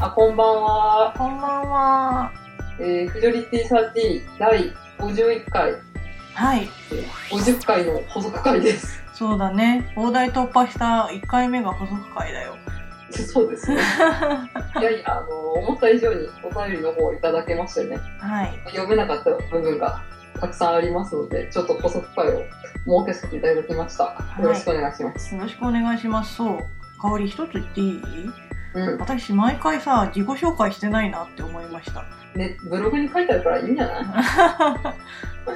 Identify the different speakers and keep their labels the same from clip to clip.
Speaker 1: あ、こんばんは。
Speaker 2: こんばんは。
Speaker 1: えー、フジョリティサーティ第51回、
Speaker 2: はい。
Speaker 1: 50回の補足回です。
Speaker 2: そうだね。大台突破した1回目が補足回だよ。
Speaker 1: そうですね。いやいや、あの、思った以上にお便りの方をいただけましたよね。
Speaker 2: はい。
Speaker 1: 読めなかった部分がたくさんありますので、ちょっと補足会を設けさせていただきました。
Speaker 2: い
Speaker 1: よろしくお願いします。
Speaker 2: よろしくお願いします。そう。香り一つ言っていい
Speaker 1: うん。
Speaker 2: 私、毎回さ、自己紹介してないなって思いま した。
Speaker 1: ね、ブログに書いてあるからいいんじゃない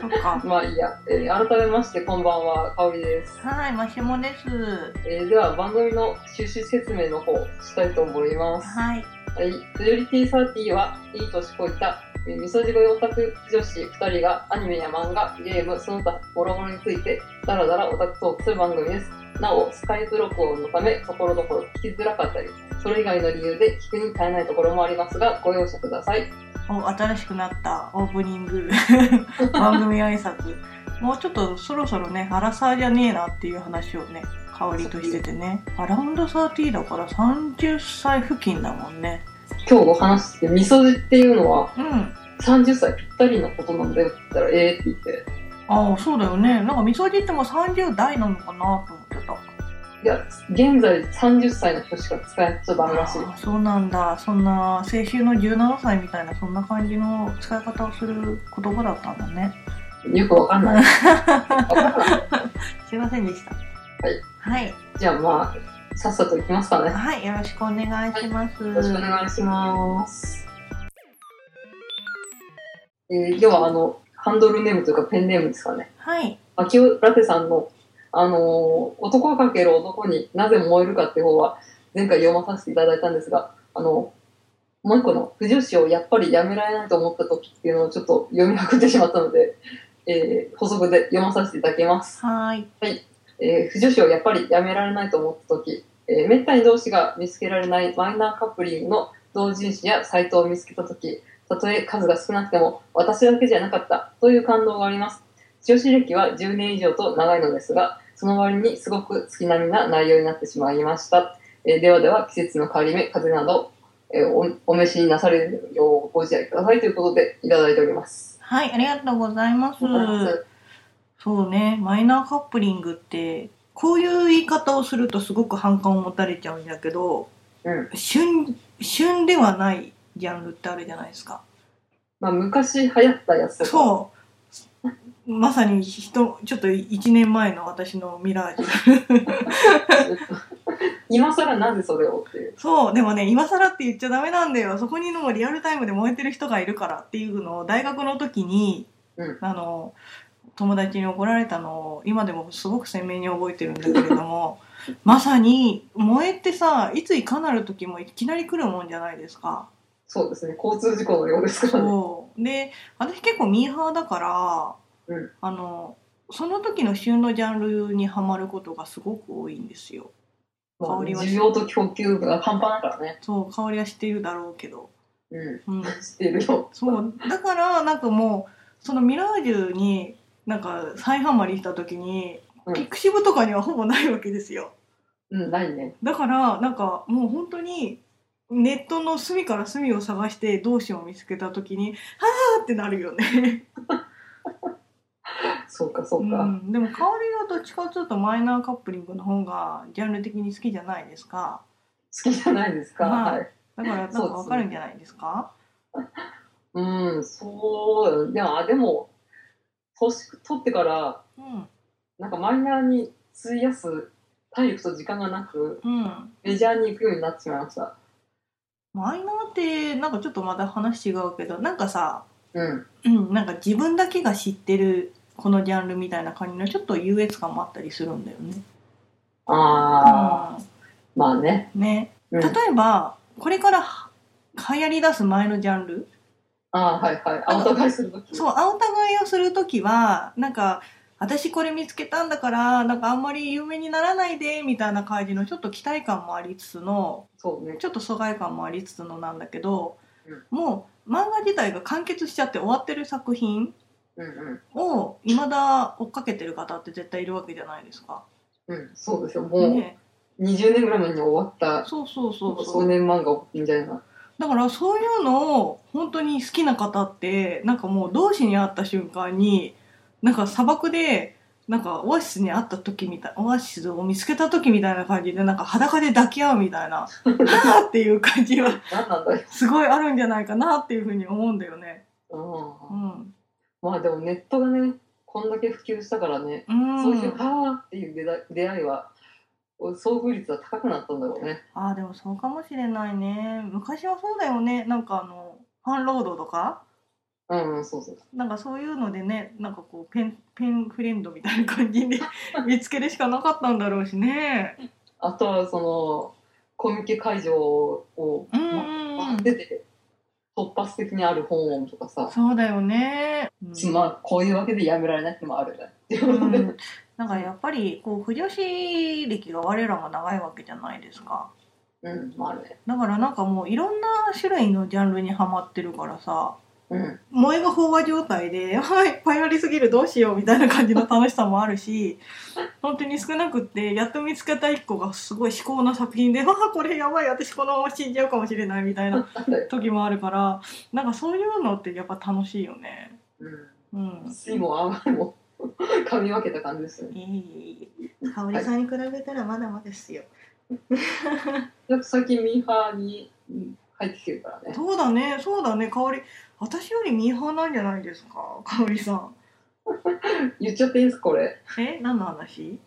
Speaker 2: そっか。
Speaker 1: まあいいや。えー改めまして、こんばんは、かおりです。
Speaker 2: はい、マシモです。
Speaker 1: えーでは、番組の収集説明の方、したいと思います。
Speaker 2: はい。
Speaker 1: はい、プリオリティサーティは、いい年こいた、えーみそじごいオタク女子2人がアニメや漫画、ゲーム、その他、もろもろについて、だらだらオタクトークする番組です。なお、スカイプ録音のため、ところどころ聞きづらかったり、それ以外の理由で聞くに耐えないところもありますが、ご容赦ください。
Speaker 2: お、新しくなったオープニング。番組挨拶。もうちょっとそろそろね、アラサーじゃねえなっていう話をね、香りとしててね。アラウンド30だから30歳付近だもんね。
Speaker 1: 今日お話しして、みそじっていうのは、
Speaker 2: うん。
Speaker 1: 30歳ぴったりのことなんだよって言ったら、ええって言って、
Speaker 2: ああそうだよねなんかみそじっても30代なのかなと思ってた
Speaker 1: いや、現在30歳の人しか使っちゃダメらしい。
Speaker 2: ああそうなんだそんな青春の17歳みたいなそんな感じの使い方をする言葉だったんだね
Speaker 1: よくわかんない。わかんない
Speaker 2: すいませんでした
Speaker 1: はい
Speaker 2: はい、
Speaker 1: じゃあまあ、さっさと行きますかね。
Speaker 2: はいよろしくお願いします、
Speaker 1: よろしくお願いします。えー、今日はあの、ハンドルネームというかペンネームですかね。
Speaker 2: はい
Speaker 1: 秋尾ラテさんの、あのー男はかける男になぜ燃えるかっていう方は、前回読まさせていただいたんですが、あの、もう一個の、不女子をやっぱりやめられないと思った時っていうのをちょっと読みまくってしまったので、えー補足で読まさせていただきます。
Speaker 2: はい
Speaker 1: えー、不女子をやっぱりやめられないと思った時、えー、めったに同士が見つけられないマイナーカップリングの同人誌やサイトを見つけた時たとえ数が少なくても私だけじゃなかったという感動があります女子歴は10年以上と長いのですがその割にすごく月並みな内容になってしまいました、えーではでは季節の変わり目風邪など、えーおお召しになされるようご自愛くださいということでいただいております、
Speaker 2: はいありがとうございます、そうねマイナーカップリングってこういう言い方をするとすごく反感を持たれちゃうんだけど、
Speaker 1: うん
Speaker 2: 旬旬ではないジャンルってあるじゃないですか
Speaker 1: まあ、昔流行ったやつとか
Speaker 2: そうまさに人ちょっと1年前の私のミラージュ
Speaker 1: 今更なぜそれをっていう。
Speaker 2: そうでもね今更って言っちゃダメなんだよそこにもうリアルタイムで燃えてる人がいるからっていうのを大学の時に、
Speaker 1: うん
Speaker 2: あの友達に怒られたのを今でもすごく鮮明に覚えてるんだけれど もまさに燃えってさいついかなる時もいきなり来るもんじゃないですか。
Speaker 1: そうですね、交通事故のようですからね。
Speaker 2: そうで私結構ミーハーだから、
Speaker 1: うん
Speaker 2: あのその時の旬のジャンルにはまることがすごく多いんですよ
Speaker 1: まあ
Speaker 2: 香りは
Speaker 1: 需要と供給が半端だからね。
Speaker 2: そう香りは知っているだろうけど、
Speaker 1: うん。
Speaker 2: うん、
Speaker 1: 知ってるよ。
Speaker 2: そうだからなんかもうそのミラージュになんか再ハマりした時に、
Speaker 1: うん
Speaker 2: ピクシブとかにはほぼないわけですよ
Speaker 1: うん、ないね。
Speaker 2: だからなんかもう本当にネットの隅から隅を探して同志を見つけた時に「はあ!」ってなるよね
Speaker 1: そうか、そううか。
Speaker 2: ん、でも香りはどっちかというとマイナーカップリングの方がジャンル的に好きじゃないですか
Speaker 1: 好きじゃないですか。
Speaker 2: はい
Speaker 1: はい。
Speaker 2: だからなんかわかるんじゃないですか
Speaker 1: うん、そう。でも、あでも、年取ってから、
Speaker 2: うん
Speaker 1: なんかマイナーに費やす体力と時間がなく、
Speaker 2: うん
Speaker 1: メジャーに行くようになってしまいました。
Speaker 2: マイナーってなんかちょっとまだ話違うけどなんかさ、
Speaker 1: うん。
Speaker 2: うん、なんか自分だけが知ってるこのジャンルみたいな感じのちょっと優越感もあったりするんだよね。
Speaker 1: ああ、まあね。
Speaker 2: うん、ね
Speaker 1: うん
Speaker 2: 例、えばこれからは流行り出す前のジャンル
Speaker 1: ああー、はいはい。あ、お互いするとき。
Speaker 2: そう、青互いをするときは、なんか、私これ見つけたんだから、なんかあんまり有名にならないで、みたいな感じのちょっと期待感もありつつの、
Speaker 1: そうね。
Speaker 2: ちょっと疎外感もありつつのなんだけど
Speaker 1: うん、
Speaker 2: もう漫画自体が完結しちゃって終わってる作品
Speaker 1: うんうん。
Speaker 2: を未だ追っかけてる方って絶対いるわけじゃないですか。
Speaker 1: うん、そうですよ。もう、
Speaker 2: ね、
Speaker 1: 20年ぐらい前に終わった、
Speaker 2: そうそうそうそ
Speaker 1: 少
Speaker 2: う。
Speaker 1: 年漫画みたいな。
Speaker 2: だからそういうのを本当に好きな方ってなんかもう同士に会った瞬間になんか砂漠でなんかオアシスに会った時みたいオアシスを見つけた時みたいな感じでなんか裸で抱き合うみたいなはあっていう感じは
Speaker 1: 何なんだよ。
Speaker 2: すごいあるんじゃないかなっていうふうに思うんだよね。う
Speaker 1: うん
Speaker 2: ん、
Speaker 1: まあでもネットがね、こんだけ普及したからね、
Speaker 2: うん、
Speaker 1: そういう、はーっていう出だ出会いは、遭遇率は高くなったんだろうね。
Speaker 2: ああでもそうかもしれないね昔はそうだよねなんかあのファンロードとか
Speaker 1: うん、うん、そうそう。
Speaker 2: なんかそういうのでねなんかこうペンペンフレンドみたいな感じ で見つけるしかなかったんだろうしね
Speaker 1: あとは、その、コミケ会場を、
Speaker 2: うん
Speaker 1: ま
Speaker 2: うんうん
Speaker 1: 出て、突発的にある訪問とかさ、
Speaker 2: そうだよね、うん
Speaker 1: まあ、こういうわけでやめられない日もあるね。
Speaker 2: うんなんかやっぱりこう不女子歴が我らが長いわけじゃないですか
Speaker 1: うん、まあね。
Speaker 2: だからなんかもういろんな種類のジャンルにはまってるからさ
Speaker 1: うん、
Speaker 2: 萌えが飽和状態で、はい、いっぱいありすぎるどうしようみたいな感じの楽しさもあるし、本当に少なくって、やっと見つけた一個がすごい至高な作品で、わあ、これやばい、私このまま死んじゃうかもしれないみたいな
Speaker 1: なんだよ。
Speaker 2: 時もあるから、なんかそういうのってやっぱ楽しいよね。
Speaker 1: う
Speaker 2: うん
Speaker 1: ん。。水も泡も噛み分けた感じですよね。
Speaker 2: いえいえいえ。香織さんに比べたらまだまだですよ。
Speaker 1: よく最近ミーハーにうん入ってきてるからね。
Speaker 2: そうだね、そうだね、香織。私よりミーハーなんじゃないですか、香織さん。
Speaker 1: 言っちゃっていいんですこれ。
Speaker 2: え何の話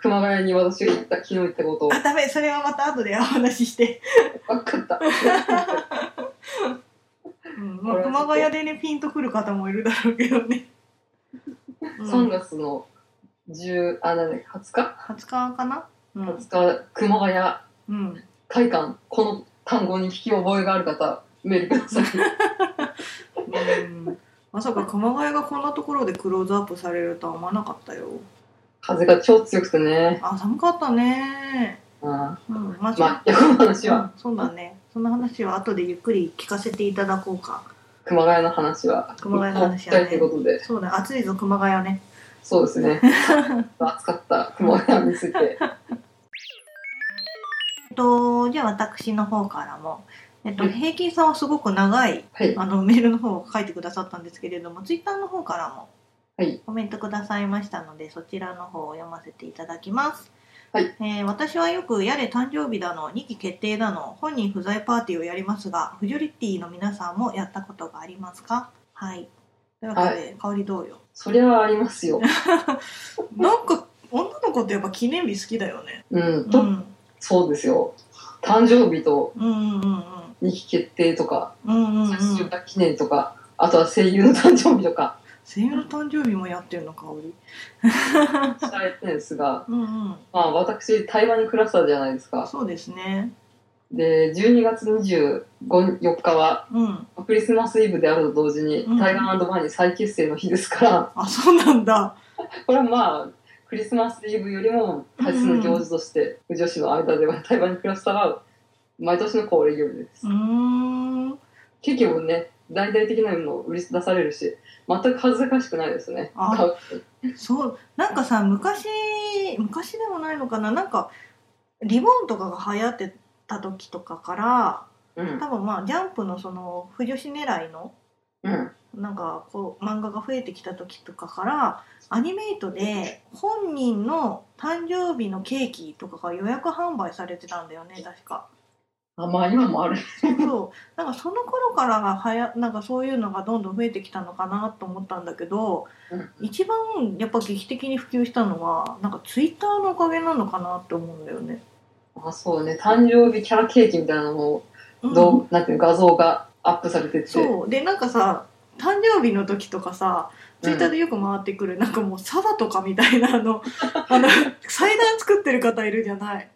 Speaker 1: 熊谷に私が行った、昨日行ったことを。
Speaker 2: あ、ダメ、それはまた後でお話しして。
Speaker 1: わかった。
Speaker 2: うんまあ、熊谷でねピンとくる方もいるだろうけど ね、うん、
Speaker 1: 3月の10、あ、なんだっけ、20日
Speaker 2: 20日かなうん、
Speaker 1: ?20 日、熊谷
Speaker 2: うん、
Speaker 1: 会館、この単語に聞き覚えがある方、メールくだ さい。
Speaker 2: うんまさか熊谷がこんなところでクローズアップされるとは思わなかったよ
Speaker 1: 風が超強くてね。
Speaker 2: あ寒かったね
Speaker 1: うん。ま
Speaker 2: うんまあ、そう
Speaker 1: あ、いや、この話は、
Speaker 2: うんそうだねそんな話は後でゆっくり聞かせていただこうか
Speaker 1: 熊谷の話は、
Speaker 2: 熊谷の話は
Speaker 1: は
Speaker 2: ね
Speaker 1: ね。ということで、
Speaker 2: そうだ暑いぞ熊谷ね
Speaker 1: そうです ね。暑かった熊谷について。
Speaker 2: えっとじゃあ私の方からもえっと、
Speaker 1: うん
Speaker 2: 平均さんはすごく長い
Speaker 1: はい。
Speaker 2: あのメールの方を書いてくださったんですけれどもツイッターの方からも
Speaker 1: はい
Speaker 2: コメントくださいましたので、そちらの方を読ませていただきます、
Speaker 1: はい
Speaker 2: えー私はよくやれ誕生日だの2期決定だの本人不在パーティーをやりますがフジョリティの皆さんもやったことがありますかはいというわけで、香りどうよ
Speaker 1: そりゃありますよ。
Speaker 2: なんか女の子ってやっぱ記念日好きだよね
Speaker 1: うん。
Speaker 2: う
Speaker 1: と、
Speaker 2: ん
Speaker 1: そうですよ。誕生日と
Speaker 2: うんうんうん
Speaker 1: 2期決定とか、
Speaker 2: うんうんうんうん
Speaker 1: 最終回記念とか、あとは声優の誕生日とか、
Speaker 2: 声優の誕生日もやってるの香り
Speaker 1: 知られてるんですが、
Speaker 2: うんうん
Speaker 1: まあ私、台湾に暮らしたじゃないですか。
Speaker 2: そうですね
Speaker 1: で、12月25 4日は、
Speaker 2: うん
Speaker 1: クリスマスイブであると同時に
Speaker 2: うん、
Speaker 1: 台湾バーに再結成の日ですから、
Speaker 2: あそうなんだ
Speaker 1: これはまあ、クリスマスイブよりも大切な行事として、女子の間では台湾に暮らしたは、毎年の恒例行事です
Speaker 2: うー。ん
Speaker 1: ケーキもね、大々的なのを売り出されるし、全く恥ずかしくないですね。
Speaker 2: あ
Speaker 1: 買う
Speaker 2: そうなんかさ昔昔でもないのかななんかリボンとかが流行ってた時とかから
Speaker 1: うん。
Speaker 2: 多分まあジャンプのその不女子狙いの
Speaker 1: うん。
Speaker 2: なんかこう漫画が増えてきた時とかからアニメイトで本人の誕生日のケーキとかが予約販売されてたんだよね確か。
Speaker 1: あ、まあ今もある。
Speaker 2: そうそうなんかその頃からがはやなんかそういうのがどんどん増えてきたのかなと思ったんだけど、
Speaker 1: うん
Speaker 2: 一番やっぱ劇的に普及したのはなんかツイッターのおかげなのかなって思うんだよね。
Speaker 1: あ、そうね。誕生日キャラケーキみたいなのを、
Speaker 2: うん
Speaker 1: どう、なんていうの画像がアップされてて。
Speaker 2: そうでなんかさ誕生日の時とかさツイッターでよく回ってくる、なんかもうサバとかみたいなあ のあの祭壇作ってる方いるじゃない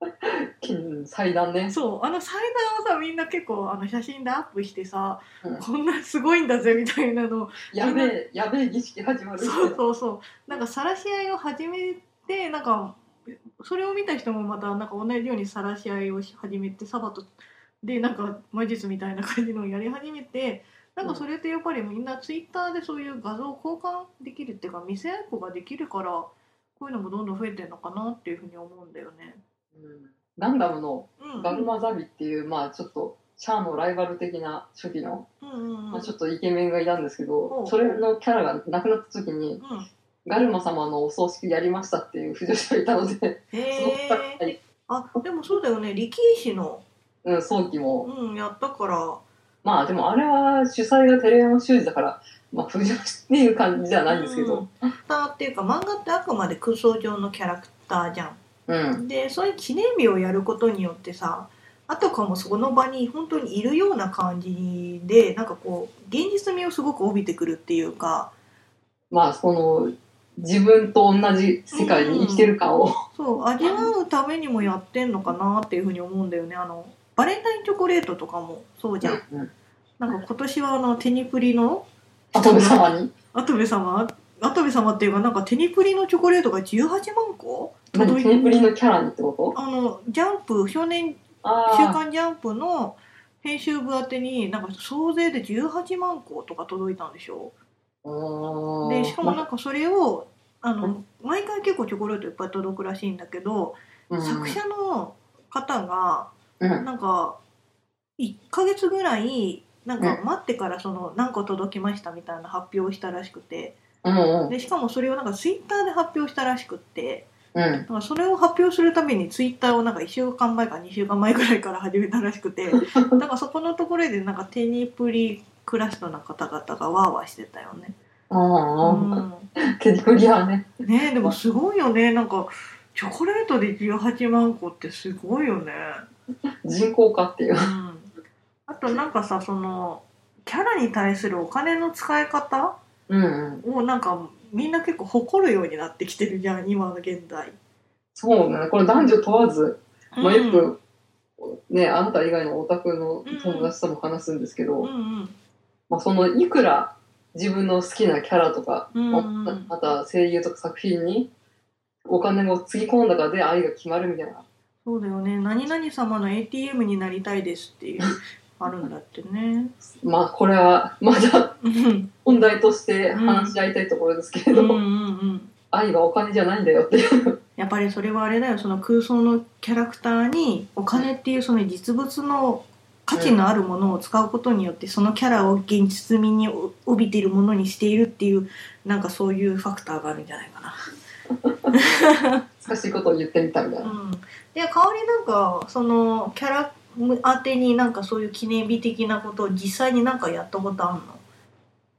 Speaker 1: うん祭壇ね。
Speaker 2: そうあの祭壇をさみんな結構あの写真でアップしてさ、
Speaker 1: うん
Speaker 2: こんなすごいんだぜみたいなの
Speaker 1: やべえ、やべえ儀式始まる。
Speaker 2: そうそうそうなんか晒し合いを始めてなんかそれを見た人もまたなんか同じように晒し合いをし始めてサバとでなんか魔術みたいな感じのをやり始めてなんかそれってやっぱりみんなツイッターでそういう画像を交換できるっていうか見せ合いっこができるからこういうのもどんどん増えてるのかなっていうふうに思うんだよね。
Speaker 1: うんガンダムの
Speaker 2: うんうん
Speaker 1: ガルマザビっていう、まあちょっと、シャアのライバル的な初期の、
Speaker 2: うんうんうん
Speaker 1: まあ、ちょっとイケメンがいたんですけ
Speaker 2: う
Speaker 1: ど、
Speaker 2: ん
Speaker 1: それのキャラがなくなった時
Speaker 2: う
Speaker 1: に、
Speaker 2: ん
Speaker 1: ガルマ様のお葬式やりましたっていう不女子がいたので、
Speaker 2: へ
Speaker 1: は
Speaker 2: え
Speaker 1: い
Speaker 2: あでもそうだよね力士の、
Speaker 1: うん、葬儀も。
Speaker 2: うん、やったから
Speaker 1: まあでもあれは主催が照山修司だから、まあ不女子っていう感じじゃないんですけど、
Speaker 2: うんキャラクターっていうか漫画ってあくまで空想上のキャラクターじゃ
Speaker 1: うん、
Speaker 2: ん。でそういう記念日をやることによってさあとかもその場に本当にいるような感じでなんかこう現実味をすごく帯びてくるっていうか
Speaker 1: まあその、自分と同じ世界に生きてる感を、
Speaker 2: そう味わうためにもやってんのかなっていうふうに思うんだよねあのバレンタインチョコレートとかもそうじゃん。
Speaker 1: うん、
Speaker 2: なんか今年はあのテニプリの
Speaker 1: あと様に。
Speaker 2: アトベ様アトベ様っていうかなんかテニプリのチョコレートが18万個
Speaker 1: 何
Speaker 2: 届いて
Speaker 1: テニプリのキャラにってこと
Speaker 2: あのジャンプ少年「週
Speaker 1: ああ、
Speaker 2: 刊ジャンプ」の編集部宛てになんか総勢で18万個とか届いたんでしょ
Speaker 1: うーん
Speaker 2: でしかもなんかそれをあ
Speaker 1: う
Speaker 2: の毎回結構チョコレートいっぱい届くらしいんだけど、
Speaker 1: うん
Speaker 2: 作者の方が
Speaker 1: うん
Speaker 2: なんか1ヶ月ぐらいなんか
Speaker 1: う
Speaker 2: 待ってからその何個届きましたみたいな発表をしたらしくて
Speaker 1: うんうん
Speaker 2: でしかもそれをなんかツイッターで発表したらしくって
Speaker 1: うん
Speaker 2: なんかそれを発表するためにツイッターをなんか1週間前か2週間前ぐらいから始めたらしく てなんかそこのところでなんかテニプリクラスの方々がワーワーしてたよね。
Speaker 1: うんうん
Speaker 2: う
Speaker 1: テニプリはね
Speaker 2: ん、ねえでもすごいよねなんかチョコレートで18万個ってすごいよね。
Speaker 1: 人工化ってい
Speaker 2: う
Speaker 1: う
Speaker 2: ん、あとなんかさそのキャラに対するお金の使い方
Speaker 1: うんうん
Speaker 2: をなんかみんな結構誇るようになってきてるじゃん今の現代。
Speaker 1: そうねこれ男女問わず、まあ、よ
Speaker 2: うん
Speaker 1: く、ねあなた以外のオタクの友達とも話すんですけど、
Speaker 2: うん
Speaker 1: まあ、そのいくら自分の好きなキャラとか、
Speaker 2: うん
Speaker 1: まあ
Speaker 2: うんうん
Speaker 1: また声優とか作品にお金をつぎ込んだかで愛が決まるみたいな
Speaker 2: そうだよね何々様の ATM になりたいですっていうあるんだってね。
Speaker 1: まあこれはまだ
Speaker 2: うん
Speaker 1: 問題として話し合いたいところですけれ
Speaker 2: う
Speaker 1: ど、
Speaker 2: んうん
Speaker 1: 愛はお金じゃないんだよって いう
Speaker 2: やっぱりそれはあれだよその空想のキャラクターにお金っていうその実物の価値のあるものを使うことによってそのキャラを現実味に帯びているものにしているっていうなんかそういうファクターがあるんじゃないかな。
Speaker 1: 難しいことを言ってみたみたいな。
Speaker 2: うん、で香りなんかそのキャラ宛てになんかそういう記念日的なことを実際になんかやったことあんの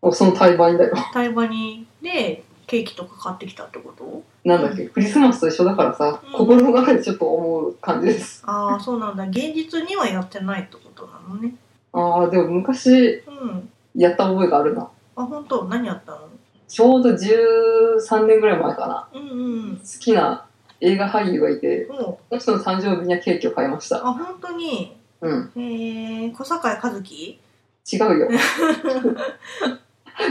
Speaker 1: おその対バンだよ。
Speaker 2: 台場にでケーキとか買ってきたってこと
Speaker 1: なんだっけ、クリスマスと一緒だからさ、
Speaker 2: うん
Speaker 1: 心の中でちょっと思う感じです。
Speaker 2: ああそうなんだ現実にはやってないってことなのね。
Speaker 1: ああ、でも昔
Speaker 2: うん
Speaker 1: やった覚えがあるな。
Speaker 2: あ本当何やったの
Speaker 1: ちょうど13年ぐらい前かな。
Speaker 2: うんうん
Speaker 1: 好きな映画俳優がいて、
Speaker 2: もう
Speaker 1: その人の誕生日にはケーキを買いました。
Speaker 2: あ本当に
Speaker 1: うん。
Speaker 2: へえ小坂井和樹
Speaker 1: 違 うよ。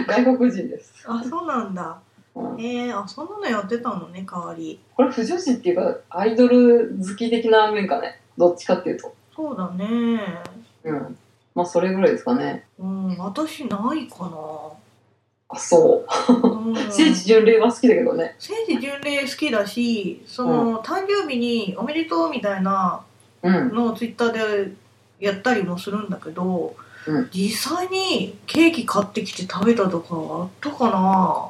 Speaker 1: 外国人です。
Speaker 2: あそうなんだ
Speaker 1: うん
Speaker 2: へえあそんなのやってたのね代わり
Speaker 1: これ、不女子っていうか、アイドル好き的な面かね。どっちかっていうと。
Speaker 2: そうだね
Speaker 1: うん。まあ、それぐらいですかね。
Speaker 2: うん私ないかな
Speaker 1: あ、そ う。
Speaker 2: うん
Speaker 1: 聖地巡礼は好きだけどね。
Speaker 2: 聖地巡礼好きだしその、誕生日に「おめでとう」みたいな
Speaker 1: うん。
Speaker 2: のをツイッターでやったりもするんだけど、
Speaker 1: うん
Speaker 2: 実際にケーキ買ってきて食べたとかはあったかな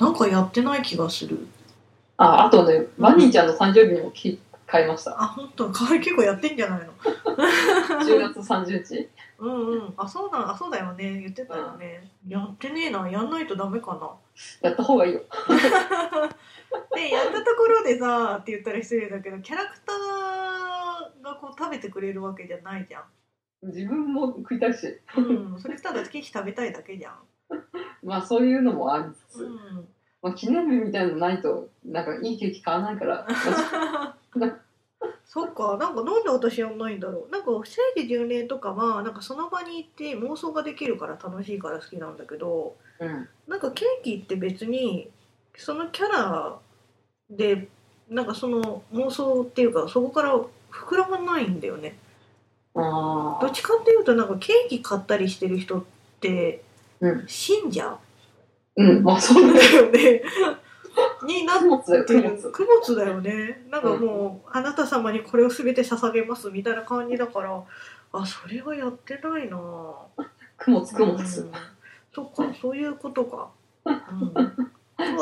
Speaker 2: なんかやってない気がする
Speaker 1: あ、あとね、バニーちゃんの誕生日にもケーキ買いました。
Speaker 2: あ本当 代わり結構やってんじゃないの
Speaker 1: 10月30日。
Speaker 2: うんうんあそうなんあそうだよね言ってたよね、やってねえなやんないとダメかな
Speaker 1: やった方がいいよ。
Speaker 2: でやったところでさって言ったら失礼だけどキャラクターがこう食べてくれるわけじゃないじゃん
Speaker 1: 自分も食いたいし、
Speaker 2: うん、それただケーキ食べたいだけじゃん。
Speaker 1: まあそういうのもありつつ、
Speaker 2: ん、
Speaker 1: まあ、記念日みたいのないと、なんかいいケーキ買わない から、
Speaker 2: そっか、なんかなんで私やんないんだろう。なんか聖地巡礼とかはなんかその場に行って妄想ができるから楽しいから好きなんだけど、
Speaker 1: うん、
Speaker 2: なんかケーキって別にそのキャラでなんかその妄想っていうかそこから膨らまないんだよね。
Speaker 1: あ
Speaker 2: どっちかっていうとなんかケーキ買ったりしてる人って
Speaker 1: うん
Speaker 2: 信者
Speaker 1: うん、まあそうだね。
Speaker 2: だよ ねになっ
Speaker 1: 貨物だよ、
Speaker 2: て
Speaker 1: 貨
Speaker 2: る
Speaker 1: 物。
Speaker 2: 供物だよねなんかもう、あなた様にこれを全て捧げますみたいな感じだからあそれはやってないなぁ
Speaker 1: 貨物、貨
Speaker 2: うん
Speaker 1: 物。
Speaker 2: そっかそういうことか、 うん、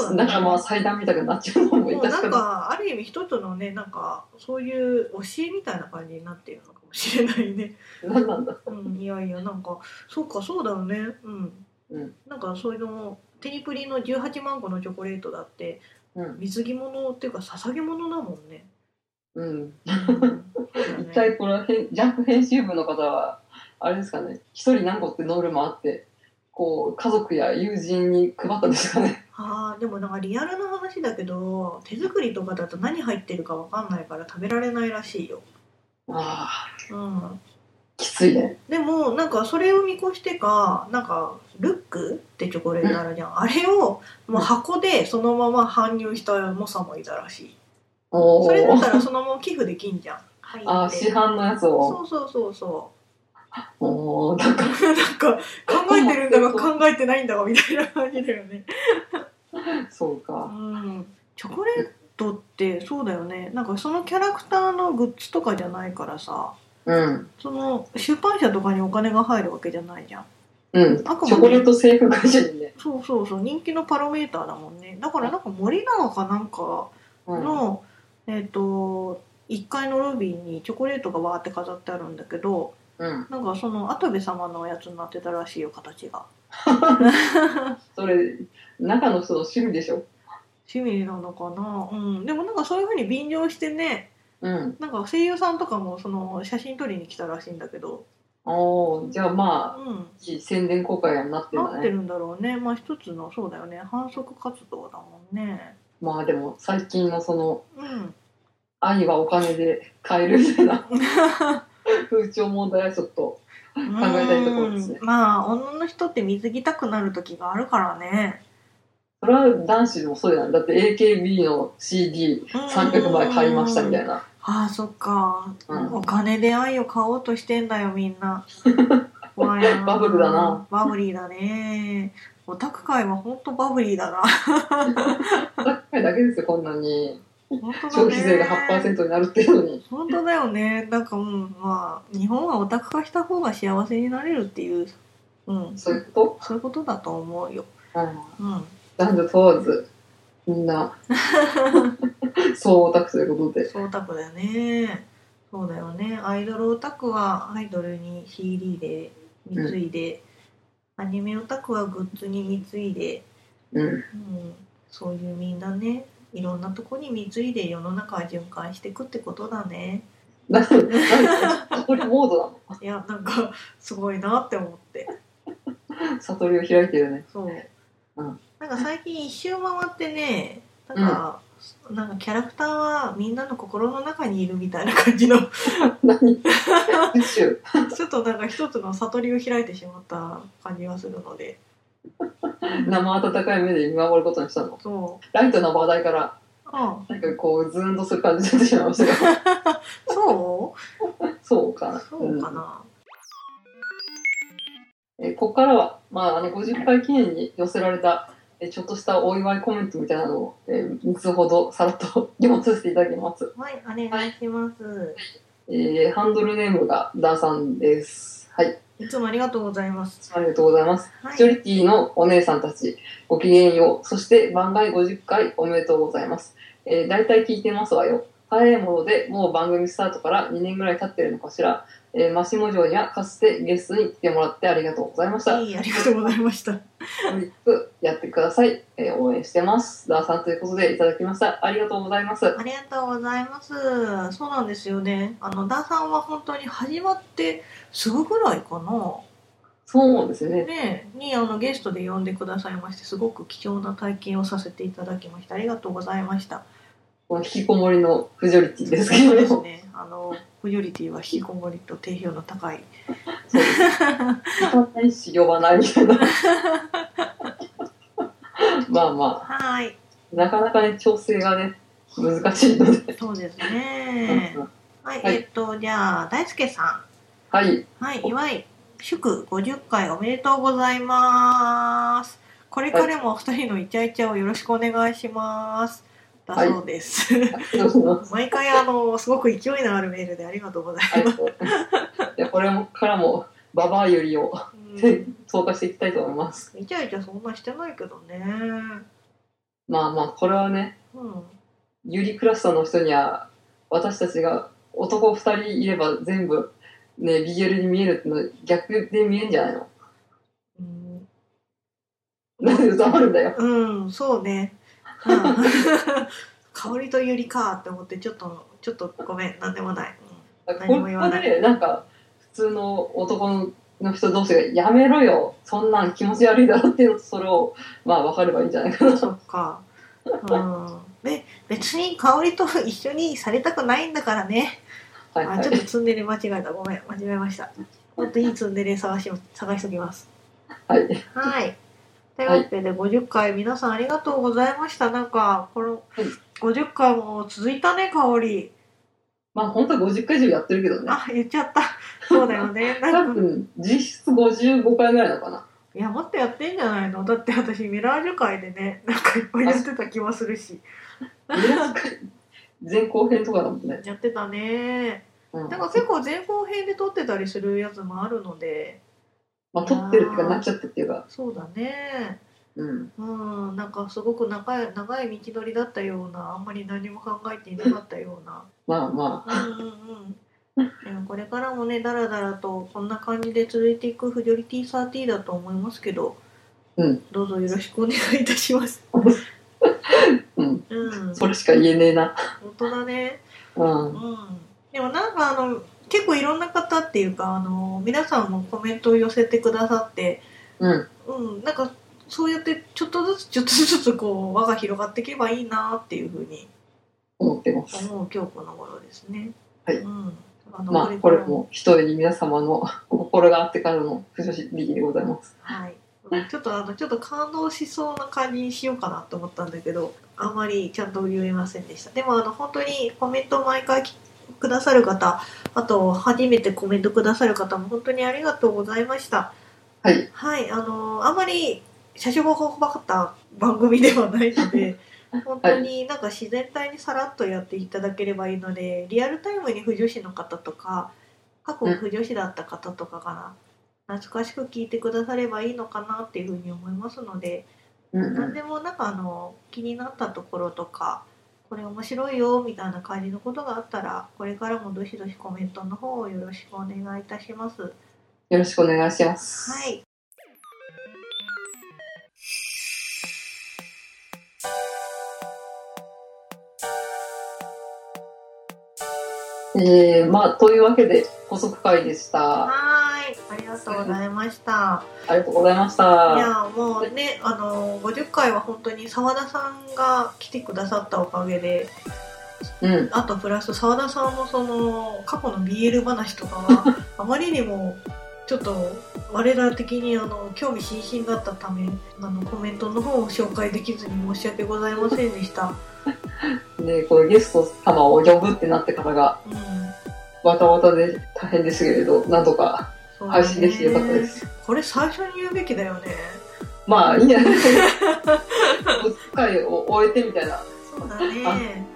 Speaker 2: そうだ
Speaker 1: だ
Speaker 2: ね
Speaker 1: からまあ祭壇みたいになっちゃうのも
Speaker 2: もう
Speaker 1: 確
Speaker 2: な
Speaker 1: か
Speaker 2: ん
Speaker 1: に。
Speaker 2: かある意味一つのねなんかそういう教えみたいな感じになっているのかもしれない ね、
Speaker 1: 何なんだ
Speaker 2: うん、いやいやなんかそうかそうだよねうん、
Speaker 1: うん
Speaker 2: なんかそういうのテニプリの18万個のチョコレートだって
Speaker 1: うん。
Speaker 2: 水着物っていうか捧げ物だもんね,、
Speaker 1: うん。
Speaker 2: うん、
Speaker 1: 一体これは編ジャンプ編集部の方は、あれですかね、一人何個ってノルマあって、こう、家族や友人に配ったんですか ね。
Speaker 2: あーでもなんかリアルな話だけど手作りとかだと何入ってるかわかんないから食べられないらしいよ、
Speaker 1: ああ、
Speaker 2: うん、
Speaker 1: きついね。
Speaker 2: でもなんかそれを見越してかなんかルックってチョコレートあるじゃん、あれをもう箱でそのまま搬入した猛者もいたらしい
Speaker 1: お
Speaker 2: それだっ
Speaker 1: お。
Speaker 2: たらそのまま寄付できんじゃん入
Speaker 1: ああ、
Speaker 2: っ
Speaker 1: 市
Speaker 2: て
Speaker 1: 販のやつ
Speaker 2: そ
Speaker 1: を。
Speaker 2: うそうそうそ
Speaker 1: おお、なんか、
Speaker 2: うなんか考えてるんだか考えてないんだかみたいな感じだよね
Speaker 1: そう
Speaker 2: う
Speaker 1: か。
Speaker 2: んチョコレートってそうだよねなんかそのキャラクターのグッズとかじゃないからさ
Speaker 1: うん。
Speaker 2: その出版社とかにお金が入るわけじゃないじゃん
Speaker 1: うん。
Speaker 2: あくまで
Speaker 1: チョコレート製粉会社にね。
Speaker 2: そうそうそう人気のパロメーターだもんねだからなんか森永かなんか
Speaker 1: うん。
Speaker 2: の、えっ、と1階のロビーにチョコレートがわーって飾ってあるんだけど
Speaker 1: うん。
Speaker 2: なんかその跡部様のやつになってたらしいよ形が
Speaker 1: それ、中の人の趣味でしょ。
Speaker 2: 趣味なのかなうんでもなんかそういうふうに便乗してね
Speaker 1: うん。
Speaker 2: なんか声優さんとかもその写真撮りに来たらしいんだけど
Speaker 1: おお、じゃあまあ、
Speaker 2: うん
Speaker 1: いい宣伝公開になってるん
Speaker 2: な
Speaker 1: だ
Speaker 2: って
Speaker 1: ね。
Speaker 2: るんだろうねまあ一つのそうだよね反則活動だもんね
Speaker 1: まあでも最近のその
Speaker 2: うん
Speaker 1: 愛はお金で買えるみた いな風潮問題はちょっと、
Speaker 2: 考
Speaker 1: えたいところですね
Speaker 2: まあ女の人って水着たくなる時があるからね
Speaker 1: それは男子でもそうじゃない。だって AKB の CD300 枚買いましたみたい
Speaker 2: な
Speaker 1: な。
Speaker 2: ああそっか、
Speaker 1: うん
Speaker 2: お金で愛を買おうとしてんだよみん な怖いな
Speaker 1: バブルだな
Speaker 2: バブリーだねオタク界は本当バブリー だな
Speaker 1: 高いだけですよ、こんなに。
Speaker 2: 本当だね
Speaker 1: 消費税が8%になるっていうのに。
Speaker 2: 本当だよねなんかうんまあ日本はオタク化した方が幸せになれるっていううん
Speaker 1: そういうこ
Speaker 2: そういうことだと思うよ
Speaker 1: と、うん、
Speaker 2: うん
Speaker 1: 男女問わず、み んな、そうオタクということで。
Speaker 2: そうオタクだよねそうだよねアイドルオタクはアイドルに CD で貢いで、アニメオタクはグッズに貢いで、
Speaker 1: う
Speaker 2: う
Speaker 1: ん。
Speaker 2: ん、そういうみんなねいろんなとこに貢いで世の中は循環していくってことだね
Speaker 1: なんで、なんで、悟りモードない
Speaker 2: やなんかすごいなって思って
Speaker 1: の悟りを開いてるね。
Speaker 2: そう、
Speaker 1: うん
Speaker 2: なんか最近一周回ってねなんか、なんかキャラクターはみんなの心の中にいるみたいな 感じの
Speaker 1: 何宇宙
Speaker 2: ちょっとなんか一つの悟りを開いてしまった感じがするので。
Speaker 1: 生温かい目で見守ることにしたの
Speaker 2: そう。
Speaker 1: ライトな話題から
Speaker 2: あ
Speaker 1: なんかこうズーンとする感じになってしまいましたが
Speaker 2: そ
Speaker 1: そう
Speaker 2: う
Speaker 1: かな
Speaker 2: そうかな。
Speaker 1: うんえーここからは、まあ、あの50回記念に寄せられたえーちょっとしたお祝いコメントみたいなのを、えー、3つほどさらっと 読ませていただきます、
Speaker 2: はい、お願いします。
Speaker 1: えーハンドルネームがダーさんですはい
Speaker 2: いつもありがとうございます。
Speaker 1: ありがとうございます
Speaker 2: は
Speaker 1: シチュ
Speaker 2: い。
Speaker 1: リティのお姉さんたちごきげんようそして番外50回おめでとうございます、えー、大体聞いてますわよ早いものでもう番組スタートから2年ぐらい経ってるのかしら、えー、マシモ城にはかつてゲストに来てもらってありがとうございました
Speaker 2: はい、ありがとうございました。
Speaker 1: トリップやってください、えー、応援してますダーさんということでいただきましたありがとうございます
Speaker 2: ありがとうございます。そうなんですよね。あの、ダーさんは本当に始まってすぐぐらいかな。
Speaker 1: そうですね
Speaker 2: ねえ、にあのゲストで呼んでくださいまして、すごく貴重な体験をさせていただきました。ありがとうございました。
Speaker 1: この引きこもりのフジョリティですけ
Speaker 2: そう
Speaker 1: れ
Speaker 2: で
Speaker 1: ど
Speaker 2: す
Speaker 1: も
Speaker 2: ね。あの、フジョリティは引きこもりと定評の高い。
Speaker 1: 聞かないし呼ばないみたいなまあまあ
Speaker 2: はい。
Speaker 1: なかなかね、調整がね、難しいので。
Speaker 2: そうですね。はい、
Speaker 1: はい
Speaker 2: えっと、じゃあ、大輔さ
Speaker 1: は い、
Speaker 2: ん。はい、岩井。祝50回おめでとうございます。これからもお二人のイチャイチャをよろしくお願いします。だ
Speaker 1: はい
Speaker 2: そうです。
Speaker 1: どうぞ
Speaker 2: 毎回あのすごく勢いのあるメールでありがとうござい
Speaker 1: ありがとういやこれもからもババアよりを
Speaker 2: ます。うん
Speaker 1: 投下していきたいと思います。
Speaker 2: イチャイチャそんなしてないけどね。
Speaker 1: まあまあこれはね
Speaker 2: うん。
Speaker 1: ユリクラスターの人には私たちが男2人いれば全部ね BL に見えるっての逆で見えんじゃないの
Speaker 2: うん
Speaker 1: なんで黙るんだよ。
Speaker 2: うん、そうね。うん 香りとゆりかって思ってちょっとちょっとごめんなんでもない。
Speaker 1: こ
Speaker 2: 何も言わ
Speaker 1: こ
Speaker 2: ない
Speaker 1: でなんか普通の男の人同士が「やめろよそんなん気持ち悪いだろ」っていうのとそれをまあ分かればいいんじゃないか
Speaker 2: う
Speaker 1: な。
Speaker 2: ん、そっか。うん。で別に香りと一緒にされたくないんだからね。
Speaker 1: はいは
Speaker 2: あ
Speaker 1: い
Speaker 2: ちょっとツンデレ間違えたごめん間違えました。もっといいツンデレ探し探しときます。
Speaker 1: はい
Speaker 2: はい。というわけで50回皆さんありがとうございました。なんかこの
Speaker 1: はい
Speaker 2: 50回も続いたね香り。
Speaker 1: まあ本当は50回以上やってるけどね
Speaker 2: あ言っちゃった。そうだよ ね。な
Speaker 1: 多
Speaker 2: んか
Speaker 1: 分実質55回ぐらいなのかない
Speaker 2: やもっとやってんじゃないのだって私ミラージュ会でねなんかいっぱいやってた気もするし
Speaker 1: 200回前後編とかだもんね、
Speaker 2: やってたね
Speaker 1: うん
Speaker 2: なんか結構前後編で撮ってたりするやつもあるので
Speaker 1: まあ、撮ってるっていうかなっちゃってっていうか、
Speaker 2: そうだね
Speaker 1: うん、
Speaker 2: うんなんかすごく長い長い道のりだったようなあんまり何も考えていなかったような
Speaker 1: まあま
Speaker 2: うんうんうんでもこれからもねだらだらとこんな感じで続いていくフジョリティサーティだと思いますけど、
Speaker 1: うん
Speaker 2: どうぞよろしくお願いいたします。
Speaker 1: あ、うん、
Speaker 2: うん、
Speaker 1: そ
Speaker 2: 本
Speaker 1: れしか言えねえな、
Speaker 2: 当だね
Speaker 1: うん、は
Speaker 2: うんでもなんかあの結構いろんな方っていうかあの皆さんもコメントを寄せてくださって、
Speaker 1: うん
Speaker 2: うん、なんかそうやってちょっとずつちょっとずつこう輪が広がっていけばいいなっていうふうに
Speaker 1: 思ってます
Speaker 2: 思う今日この頃ですね。
Speaker 1: はい
Speaker 2: うん、あの
Speaker 1: まあ
Speaker 2: これか
Speaker 1: これ
Speaker 2: ら
Speaker 1: も一重に皆様のお心があってからの不女子リでございます
Speaker 2: はい、うんちょっとあのちょっと感動しそうな感じにしようかなと思ったんだけどあんまりちゃんと言えませんでしたでもあの本当にコメント毎回きくださる方あと初めてコメントくださる方も本当にありがとうございました
Speaker 1: はい
Speaker 2: はいあのあんまり車掌が怖かった番組ではないの で本当になんか自然体にさらっとやっていただければいいのでリアルタイムに不女子の方とか過去不女子だった方とかかな、懐かしく聞いてくださればいいのかなっていうふうに思いますので、
Speaker 1: うん
Speaker 2: 何
Speaker 1: う
Speaker 2: でもなんかあの気になったところとかこれ面白いよみたいな感じのことがあったらこれからもどしどしコメントの方をよろしくお願いいたします。は
Speaker 1: ん、よろしくお願いします、
Speaker 2: い
Speaker 1: えー、まあというわけで補足会でしたあ
Speaker 2: はーいありがとうございました。
Speaker 1: りがとうございまし
Speaker 2: い
Speaker 1: た
Speaker 2: やもうねあの50回は本当に澤田さんが来てくださったおかげで
Speaker 1: うん
Speaker 2: あとプラス澤田さんのその過去の BL 話とか はあまりにもちょっと我ら的にあの興味津々だったためあのコメントの方を紹介できずに申し訳ございませんで した。
Speaker 1: でこのゲスト様を呼ぶってなってからが
Speaker 2: うん
Speaker 1: わたわたで大変ですけれどなんとか
Speaker 2: そうだね
Speaker 1: 配信できてよかったです
Speaker 2: これ最初に言うべきだよね。
Speaker 1: まあいいんじゃないですか。お使いを終えてみたいな。
Speaker 2: そうだ ね。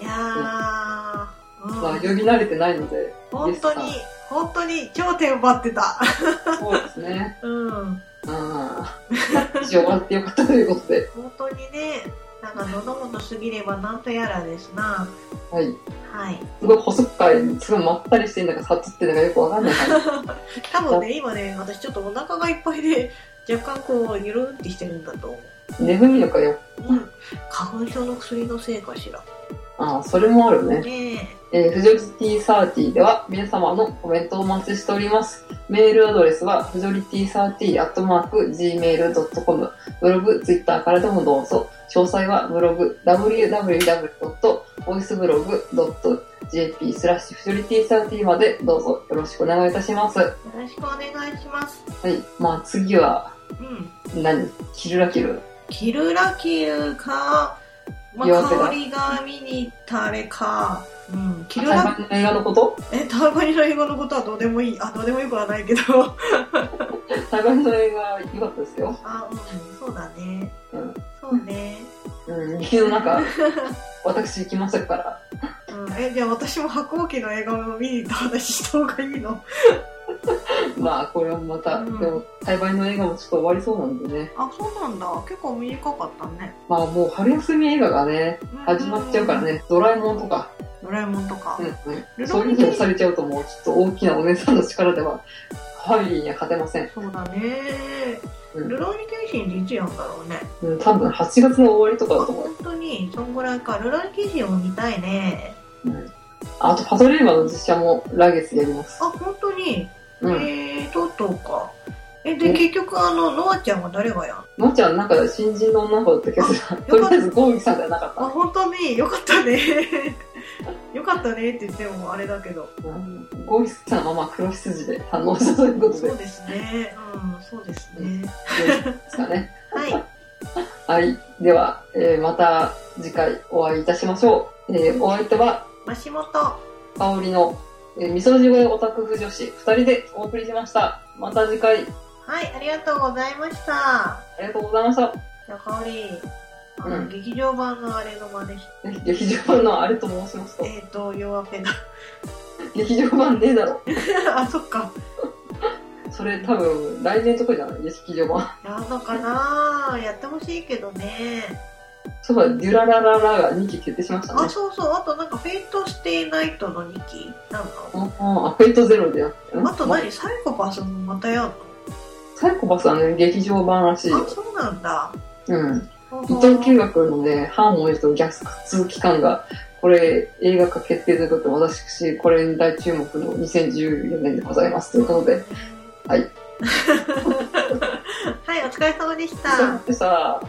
Speaker 2: いやー、うん
Speaker 1: まあ呼び慣れてないので。
Speaker 2: 本当に
Speaker 1: ゲ
Speaker 2: 本当に頂点奪ってた。
Speaker 1: そうですね。
Speaker 2: うん
Speaker 1: うん。終わってよかったということで。
Speaker 2: 本当にねなんか喉元過ぎればなんとやらですな
Speaker 1: はい。
Speaker 2: はい
Speaker 1: すごい細くかい、すごいまったりしてんだか、さっつってんだかよくわかんない感じ。
Speaker 2: 多分ね今ね私ちょっとお腹がいっぱいで若干こうゆるんってしてるんだと思う、
Speaker 1: 眠いのかよ。
Speaker 2: うん、花粉症の薬のせいかしら
Speaker 1: ああ、それもあるね。
Speaker 2: ねえ
Speaker 1: えー、フジョリティサーティでは皆様のコメントをお待ちしております。メールアドレスは、フジョリティサーティアットマーク gmail.com、ブログ、ツイッターからでもどうぞ。詳細はブログ、www.voiceblog.jp スラッシュフジョリティサーティまでどうぞよろしくお願いいたします。は
Speaker 2: よろしくお願いします
Speaker 1: い。まあ次は
Speaker 2: うん
Speaker 1: 何、キルラキル。
Speaker 2: キルラキルか、ま
Speaker 1: 夜明
Speaker 2: あ、
Speaker 1: けだ
Speaker 2: 香りが見に行ったあれかうん、キ
Speaker 1: 台
Speaker 2: ルラ
Speaker 1: 湾の映画のこと
Speaker 2: えターバニラ英語のことはどうでもいいあどうでもよくはない けど
Speaker 1: 台湾の映画良かったですよ。
Speaker 2: あうんそうだね
Speaker 1: うん
Speaker 2: そうね
Speaker 1: うん、雪の中、私行きましたから。
Speaker 2: うん、えじゃあ私も白鸚記の映画を見に行った話した方がいいの
Speaker 1: まあ、これもまた、
Speaker 2: うん
Speaker 1: でも、台湾の映画もちょっと終わりそうなんでね。
Speaker 2: あそうなんだ結構短かったね
Speaker 1: まあ、もう春休み映画がね、始まっちゃうからね、ドラえもんとか、
Speaker 2: ドラえもんとか、
Speaker 1: うんう
Speaker 2: ル
Speaker 1: ん、
Speaker 2: ロ
Speaker 1: そ
Speaker 2: ー
Speaker 1: う
Speaker 2: ニ
Speaker 1: い
Speaker 2: ケン
Speaker 1: うの押されちゃうともう、ちょっと大きなお姉さんの力では、ファミリーには勝てません。
Speaker 2: そうだね
Speaker 1: うん
Speaker 2: ルローニケンシンっていつやんだろうね
Speaker 1: うん、多分8月の終わりとか
Speaker 2: あ
Speaker 1: だと思う。
Speaker 2: 本当にそんぐらいかルローニケンシンを見たいね
Speaker 1: うん、あと、パトレーバーの実写も来月やります
Speaker 2: あ。本当に、
Speaker 1: うん。
Speaker 2: えー、とうとうかえで
Speaker 1: うん
Speaker 2: 結局あのノアちゃんは誰がやんあ
Speaker 1: のっちゃん、なんか新人の女の子だった気がする。とりあえず、ゴーギさんじゃなかった。
Speaker 2: 本当によかったね よかったねって言ってもあれだけど
Speaker 1: うんゴーギさんはまあ黒羊で堪能したという ことで、
Speaker 2: そ
Speaker 1: よ
Speaker 2: うですねうんそうですね
Speaker 1: ろしいですかね。
Speaker 2: はい
Speaker 1: はい。では、えーまた次回お会いいたしましょう。えーお相手は、
Speaker 2: マシモと
Speaker 1: 香りの、えー、味噌汁オタク婦女子2人でお送りしました。また次回、
Speaker 2: はい、ありがとうございました。
Speaker 1: ありがとうございました。
Speaker 2: じゃあ、かおり、あの、
Speaker 1: うん
Speaker 2: 劇場版のあれの真似し
Speaker 1: ぜひ劇場版のあれと申しますと、
Speaker 2: えっ、ー、と、弱ペだ。
Speaker 1: 劇場版ねえだろ。
Speaker 2: あ、そっか。
Speaker 1: それ多分、来年とかじゃない劇場版。
Speaker 2: やんのかなやってほしいけどね。
Speaker 1: そうだ、デュララララが2期決定しました
Speaker 2: あ、
Speaker 1: ね。
Speaker 2: そうそう。あと、なんか、フェイトステイナイトの2期なんの
Speaker 1: ああ、フェイトゼロでやって
Speaker 2: あと何、サイコパスもまたやんの
Speaker 1: サイコパスはね、劇場版らしいよ
Speaker 2: あ、。そうなんだ。
Speaker 1: うん。
Speaker 2: そう
Speaker 1: 伊
Speaker 2: そう
Speaker 1: 藤休学のね、反応へと逆通期間が、これ、映画化決定ということで、私、これに大注目の2014年でございます。ということで、はい。
Speaker 2: はい、お疲れ様でし
Speaker 1: そう
Speaker 2: た。
Speaker 1: でした。